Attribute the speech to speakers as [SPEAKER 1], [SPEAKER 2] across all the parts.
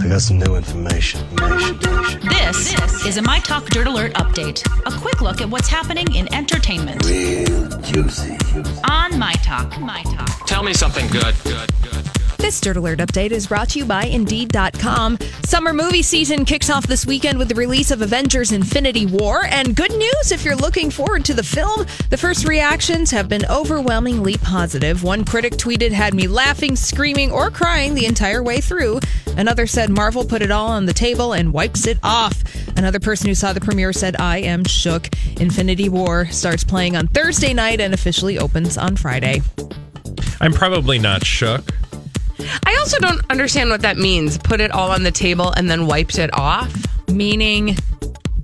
[SPEAKER 1] I got some new information. information, information.
[SPEAKER 2] This is a My Talk Dirt Alert update. A quick look at what's happening in entertainment
[SPEAKER 1] Real juicy.
[SPEAKER 2] on My Talk. My Talk.
[SPEAKER 3] Tell me something good. Good, good, good.
[SPEAKER 4] This Dirt Alert update is brought to you by Indeed.com. Summer movie season kicks off this weekend with the release of Avengers Infinity War. And good news if you're looking forward to the film, the first reactions have been overwhelmingly positive. One critic tweeted, had me laughing, screaming, or crying the entire way through. Another said, Marvel put it all on the table and wipes it off. Another person who saw the premiere said, I am shook. Infinity War starts playing on Thursday night and officially opens on Friday.
[SPEAKER 5] I'm probably not shook.
[SPEAKER 6] I also don't understand what that means. Put it all on the table and then wiped it off,
[SPEAKER 4] meaning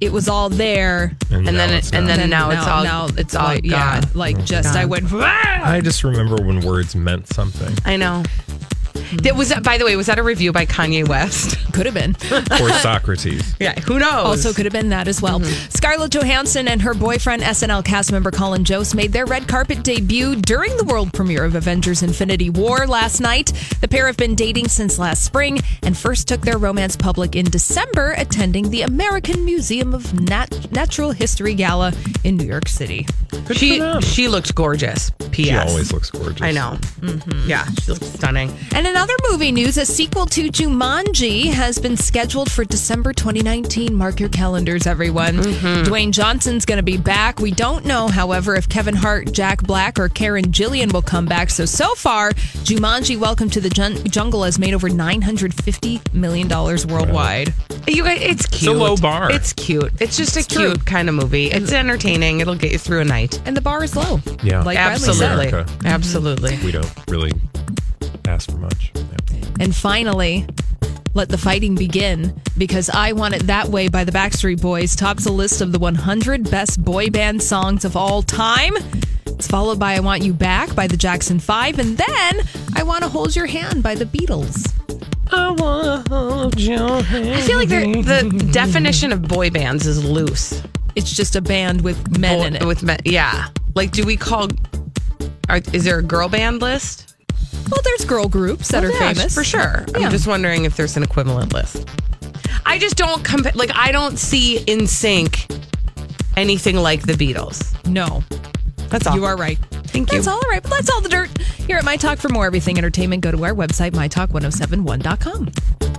[SPEAKER 4] it was all there.
[SPEAKER 6] and
[SPEAKER 5] no,
[SPEAKER 6] then
[SPEAKER 5] it's
[SPEAKER 6] it, and
[SPEAKER 5] not.
[SPEAKER 6] then now, it's all Oh,
[SPEAKER 4] now it's all
[SPEAKER 6] gone.
[SPEAKER 4] yeah, like just I went. "Wah!"
[SPEAKER 5] I just remember when words meant something.
[SPEAKER 6] I know. That was that. By the way, was that a review by Kanye West?
[SPEAKER 4] Could have been.
[SPEAKER 5] Or Socrates.
[SPEAKER 6] Yeah, who knows?
[SPEAKER 4] Also, could have been that as well.
[SPEAKER 6] Mm-hmm.
[SPEAKER 4] Scarlett Johansson and her boyfriend, SNL cast member Colin Jost, made their red carpet debut during the world premiere of Avengers Infinity War last night. The pair have been dating since last spring and first took their romance public in December, attending the American Museum of Nat- Natural History Gala in New York City.
[SPEAKER 6] she she looked gorgeous. P.S.
[SPEAKER 5] She always looks gorgeous.
[SPEAKER 6] I know. Mm-hmm. Yeah, she looks stunning.
[SPEAKER 4] And in other movie news, a sequel to Jumanji has been scheduled for December 2019. Mark your calendars, everyone. Dwayne Johnson's going to be back. We don't know, however, if Kevin Hart, Jack Black, or Karen Gillian will come back. So, so far, Jumanji Welcome to the Jun- Jungle has made over $950 million worldwide.
[SPEAKER 6] You guys, it's cute.
[SPEAKER 5] low bar.
[SPEAKER 6] It's cute. It's just a cute kind of movie. It's entertaining. It'll get you through a night.
[SPEAKER 4] And the bar is low.
[SPEAKER 5] Yeah.
[SPEAKER 4] Like Riley said.
[SPEAKER 6] Absolutely.
[SPEAKER 5] America.
[SPEAKER 6] Absolutely.
[SPEAKER 5] We don't really ask for much. Yeah.
[SPEAKER 4] And finally, let the fighting begin because I Want It That Way by the Backstreet Boys tops a list of the 100 best boy band songs of all time. It's followed by I Want You Back by the Jackson 5 and then I Want to Hold Your Hand by the Beatles.
[SPEAKER 6] I feel like they're- the definition of boy bands is loose.
[SPEAKER 4] It's just a band with men
[SPEAKER 6] Boy-
[SPEAKER 4] in it.
[SPEAKER 6] With men, yeah. Like, do we call? Are, is there a girl band list?
[SPEAKER 4] well, there's girl groups that
[SPEAKER 6] Well,
[SPEAKER 4] are
[SPEAKER 6] yeah,
[SPEAKER 4] famous.
[SPEAKER 6] for sure.
[SPEAKER 4] Oh, Yeah.
[SPEAKER 6] I'm just wondering if there's an equivalent list. I just don't compa- like I don't see in sync anything like the Beatles.
[SPEAKER 4] No,
[SPEAKER 6] That's all.
[SPEAKER 4] you are right.
[SPEAKER 6] Thank you.
[SPEAKER 4] That's all right. But oh that's all the dirt. Here at My Talk for more everything entertainment, go to our website, mytalk1071.com.